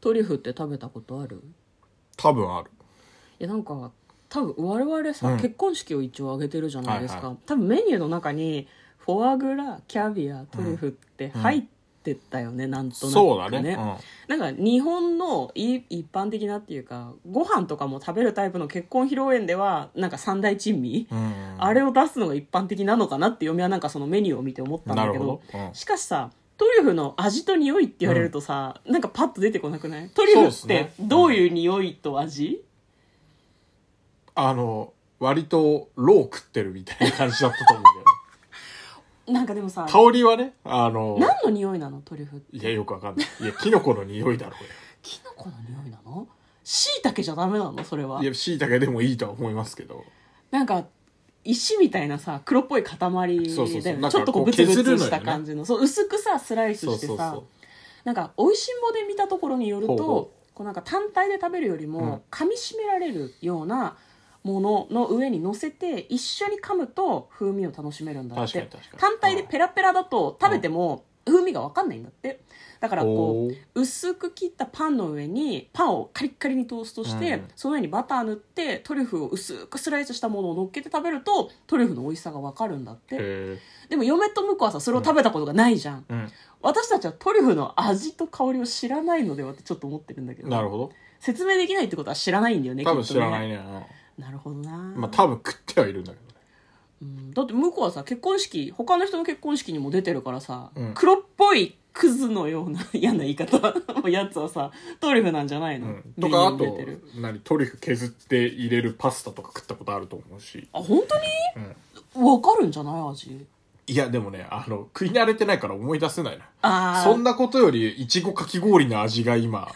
トリュフって食べたことある多分あるいやなんか多分我々さ、うん結婚式を一応挙げてるじゃないですか、はいは多分メニューの中にフォアグラキャビアトリュフって入ってったよね、なんとなくねそうだねなんか日本のい一般的なっていうかご飯とかも食べるタイプの結婚披露宴ではなんか三大珍味、うん、うんあれを出すのが一般的なのかなって嫁はなんかそのメニューを見て思ったんだなけるどほど、うんしかしさトリュフの味と匂いって言われるとさ、なんかパッと出てこなくないトリュフっそうてっすねどういう匂いと味、あの割とロー食ってるみたいな感じだったと思 うなんかでもさけど香りはねあの何の匂いなのトリュフっていやよくわかんないいやキノコの匂いだろ キノコの匂いなのしいたけじゃダメなのそれはうよいやしいたけでもいいとは思いますけどなんか石みたいなさ黒っぽい塊だよねそうそうそうなんかちょっとこうブこうツブ削るのツよねした感じのそう薄くさスライスそうしてそうさそなんか美味しんぼで見たところによるとほうほこうなんか単体で食べるよりも、うん噛みしめられるようなものの上に乗せて一緒に噛むと風味を楽しめるんうだっ確かにて確かに単体でペラペラだと食べても風味が分かんないんだってだからこうおー薄く切ったパンの上にパンをカリッカリにトーストして、うんその上にバター塗ってトリュフを薄くスライスしたものを乗っけて食べるとトリュフの美味しさが分かるんだってへでも嫁と婿はさそれを食べたことがないじゃん、ー私たちはトリュフの味と香りを知らないのではってちょっと思ってるんだけうどん、なるほ説明できないってことは知らないんだよねど多分知らなきっいとねなるほどな、うんまあ多分食ってはいるんだけどねうんだって向こうはさ結婚式他の人の結婚式にも出てるからさ、うん黒っぽいクズのような嫌な言い方 のやつはさトリュフなんじゃないの、うん、メとニュかーあに出とてる何トリュフ削って入れるパスタとか食ったことあると思うし、あ本当にうん、わかるんじゃない味いやでもねあの食い慣れてないから思い出せないなあそんなことよりいちごかき氷の味が 今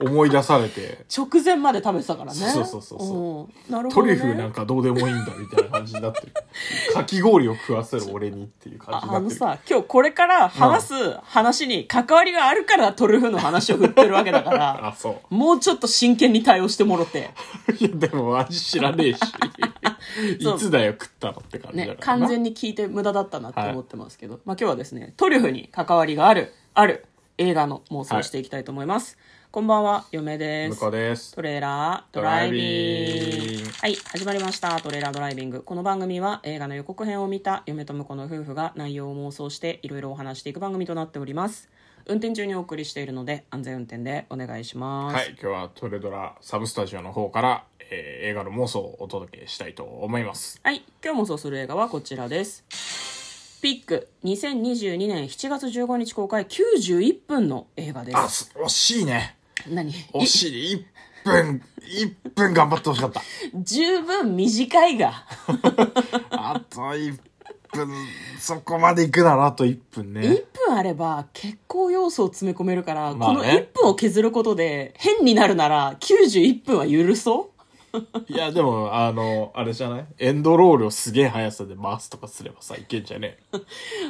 思い出されて直前まで食べてたからねそうそうそうそうんなるトほど、リね、ュフなんかどうでもいいんだみたいな感じに なってるかき氷を食わせる俺にっていう感じにああなってのるさ今日これから話す話に関わりがあるからトリュフの話を振ってるわけだから あそうもうちょっと真剣に対応してもろていやでも味知らねえし そういつだよ食ったのって感じだねからな、完全に聞いて無駄だったなって思ってますけど、まあ今日はですねトリュフに関わりがあるある映画の妄想をしていきたいと思います、こんばんは嫁で向すこうですトレーラードライビンドライグビングはい始まりましたトレーラードライビングこの番組は映画の予告編を見た嫁と婿の夫婦が内容を妄想していろいろお話していく番組となっております運転中にお送りしているので安全運転でお願いします、はい、今日はトレドラサブスタジオの方から、えー映画の妄想をお届けしたいと思います。はい、今日もそうする映画はこちらです。ピック2022年7月15日公開91分の映画であ、す。す惜しいね。何い惜しい。1分、1分頑張ってほしかった。十分短いが。あと1分、そこまで行くならあと1分ね1。分あれば結構要素を詰め込めるから、まあねこの1分を削ることで変になるなら91分は許そういや、でも、あの、あれじゃないエンドロールをすげえ速さで回すとかすればさ、いけんじゃねえ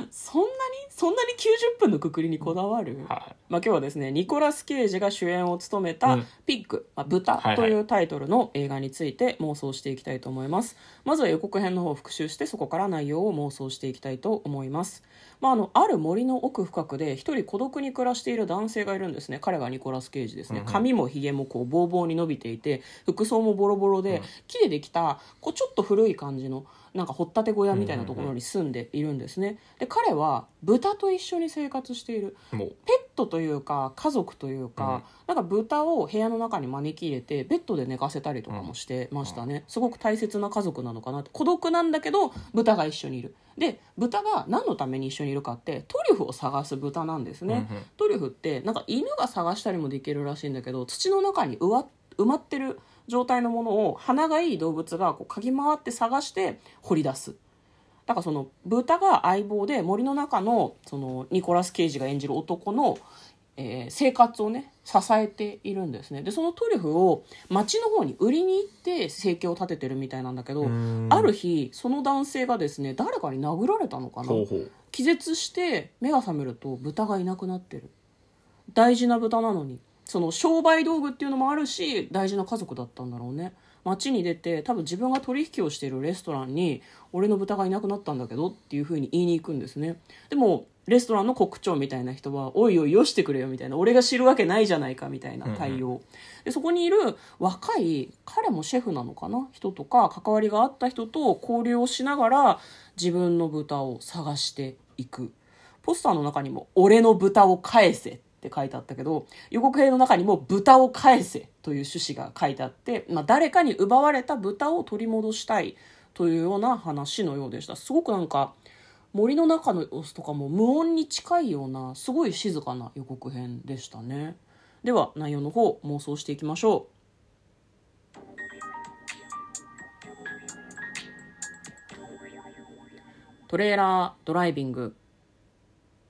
そんなにそんなに90分のくくりにこだわる、はまあ、今日はですねニコラス・ケイジが主演を務めうたん「ピッグ」まあ、豚はいはいというタイトルの映画について妄想していきたいと思います、まずは予告編の方を復習してそこから内容を妄想していきたいと思います、まあ、あのある森の奥深くで一人孤独に暮らしている男性がいるんですね彼がニコラス・ケイジですね、髪もひげもこうボーボーに伸びていて服装もボロボロで、木でできたこうちょっと古い感じのなんか掘ったて小屋みたいなところに住んでいるんですねで彼は豚と一緒に生活しているもう。ペットというか家族というか、なんか豚を部屋の中に招き入れてベッドで寝かせたりとかもしてましたね、すごく大切な家族なのかなって孤独なんだけど豚が一緒にいるで豚が何のために一緒にいるかってトリュフを探す豚なんですね、うんうんトリュフってなんか犬が探したりもできるらしいんだけど土の中にうわ埋まってる状態のものを鼻がいい動物がこう嗅ぎ回って探して掘り出すだからその豚が相棒で森の中のそのニコラス・ケイジが演じる男の、えー生活をね支えているんですねでそのトリュフを町の方に売りに行って生計を立ててるみたいなんだけどんある日その男性がですね誰かに殴られたのかなほうほう。気絶して目が覚めると豚がいなくなってる大事な豚なのにその商売道具っていうのもあるし大事な家族だったんだろうね街に出て多分自分が取引をしているレストランに「俺の豚がいなくなったんだけど」っていうふうに言いに行くんですねでもレストランの国長みたいな人は「おいおいよしてくれよ」みたいな「俺が知るわけないじゃないか」みたいな対応、でそこにいる若い彼もシェフなのかな人とか関わりがあった人と交流をしながら自分の豚を探していくポスターの中にも「俺の豚を返せ」って書いてあったけど予告編の中にも「豚を返せ」という趣旨が書いてあって、まあ、誰かに奪われた豚を取り戻したいというような話のようでしたすごくなんか森の中の様子とかも無音に近いようなすごい静かな予告編でしたねでは内容の方妄想していきましょうトレーラードライビング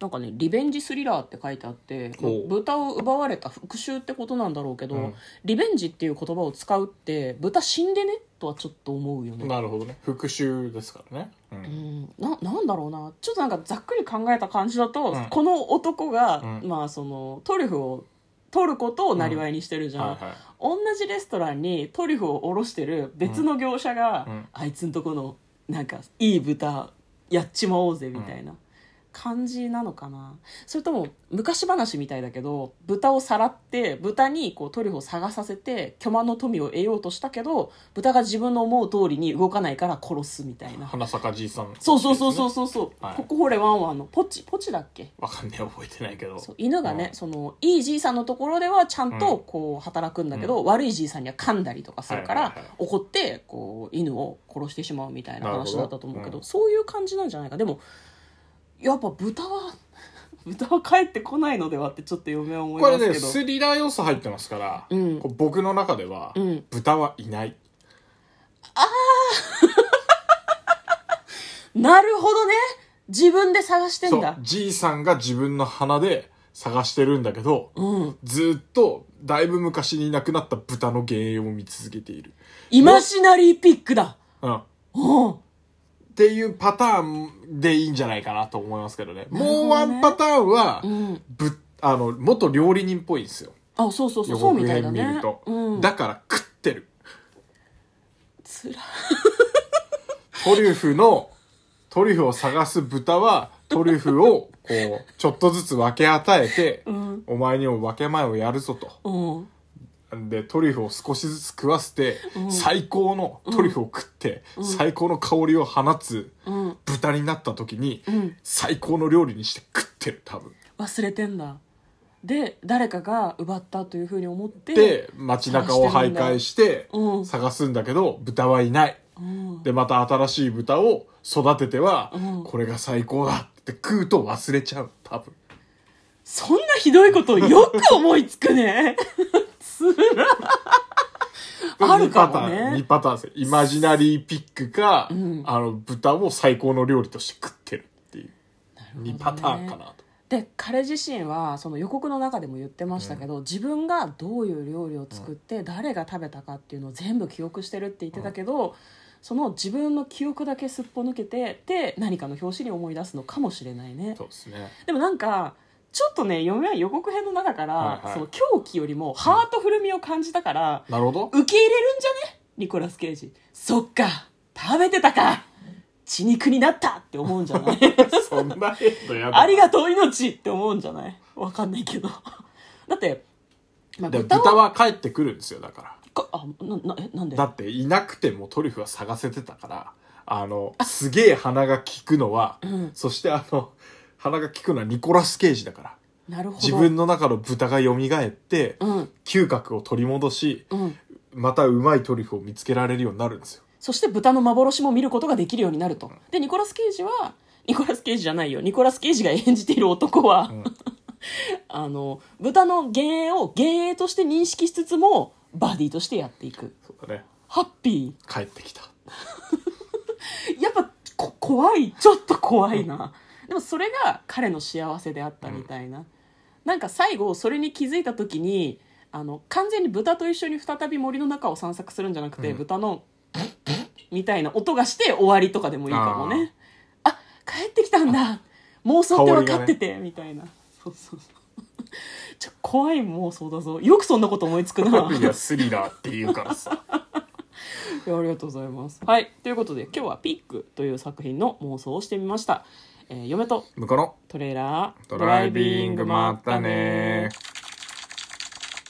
なんかね「リベンジスリラー」って書いてあって、まあほう豚を奪われた復讐ってことなんだろうけど、うんリベンジっていう言葉を使うって豚死んでねとはちょっと思うよね、なるほどね復讐ですからね、ううんん、ななんだろうなちょっとなんかざっくり考えた感じだと、うんこの男が、うんまあ、そのトリュフを取ることをなりわいにしてるじゃん、はいはい同じレストランにトリュフを卸してる別の業者が、うんうんあいつんとこのなんかいい豚やっちまおうぜみたいな感じなのかなそれとも昔話みたいだけど豚をさらって豚にこうトリュフを探させて巨万の富を得ようとしたけど豚が自分の思う通りに動かないから殺すみたいな花坂じいさん、そうそうそうそうそうそう、はいここほれワンワンのポチポチだっけわかんねえ覚えてないけどそう犬がね、うんそのいいじいさんのところではちゃんうとんこう働くんだけど、悪いじいさんには噛んだりとかするから、はいはいはい怒ってこう犬を殺してしまうみたいななるほ話どだったと思うけどうんそういう感じなんじゃないかでもやっぱ豚は 豚は帰ってこないのではってちょっと嫁は思いこまれすけねどスリラー要素入ってますから、うんこう僕の中では、うん豚はいないなるほどね自分で探してそんうだじいさんが自分の鼻で探してるんだけど、うんずっとだいぶ昔に亡くなった豚の原因を見続けている、イマシナリーピックだうん、っうんていうパターンでいいんじゃないかなと思いますけどねるほどねもうワンパターンは、うんぶあの元料理人っぽいんですよあそうそうそう予そう告みたいだ編見ねると、うんだから食ってるつらトリュフの、トリュフを探す豚は、トリュフを、こう、ちょっとずつ分け与えて、うんお前にも分け前をやるぞと。うんで、トリュフを少しずつ食わせて、最高のトリュフを食って、最高の香りを放つうん豚になった時に、うん最高の料理にして食ってる、多分。忘れてんだで誰かが奪ったというふうに思ってで、街中を徘徊してうん、探すんだけど、豚はいない。うん、で、また新しい豚を育ててはうん、これが最高だって食うと忘れちゃう、多分。そんなひどいことをよく思いつくねつらあるかもね2パターンですよ。イマジナリーピックか、んあの、豚を最高の料理として食ってるっていう。ほどね2パターンかなと。で彼自身はその予告の中でも言ってましたけど、自分がどういう料理を作って誰が食べたかっていうのを全部記憶してるって言ってたけど、その自分の記憶だけすっぽ抜けてで何かの表紙に思い出すのかもしれないねそうですね。でもなんかちょっとね嫁は予告編の中から、はいはいその狂気よりもハートフルみを感じたから、なるほど。受け入れるんじゃねニコラス・ケイジそっか食べてたか血肉になったって思うんじゃない そんなヘッドやだ。ありがとう命って思うんじゃないわかんないけどだって、まあ、で豚豚はは帰ってくるんですよ、だかかあななえなんでら。だって、いなくてもトリュフは探せてたから、あの、すげえ鼻が効くのは、そしてあの、鼻が効くのはニコラス・ケイジだから。なるほど自分の中の豚が蘇って、うん嗅覚を取り戻し、うんまたうまいトリュフを見つけられるようになるんですよ。そして豚の幻も見ることができるようになると。で、ニコラス・ケイジは、 ニコラス・ケイジじゃないよ。ニコラス・ケイジが演じている男は、 んあの、豚の幻影を幻影として認識しつつも、バディとしてやっていく。そうだね。ハッピ帰って きた。ー。やっぱ、こ怖い。ちょっと怖いな。でもそれが彼の幸せであったみたいな。なんか最後、それに気づいた時に、あの、完全に豚と一緒に再び森の中を散策するんじゃなくて、うん豚の、みたいな音がして終わりとかでもいいかもね。あ帰ってきたんだ妄想って分かってて、みたいなそうそう そうちょ怖い妄想だぞよくそんなこと思いつくないや、スリラーって言うからさ。いやありがとうございます。はい、ということで今日は「ピック」という作品の妄想をしてみました。えー嫁と向こうのトレーラードライビングまったね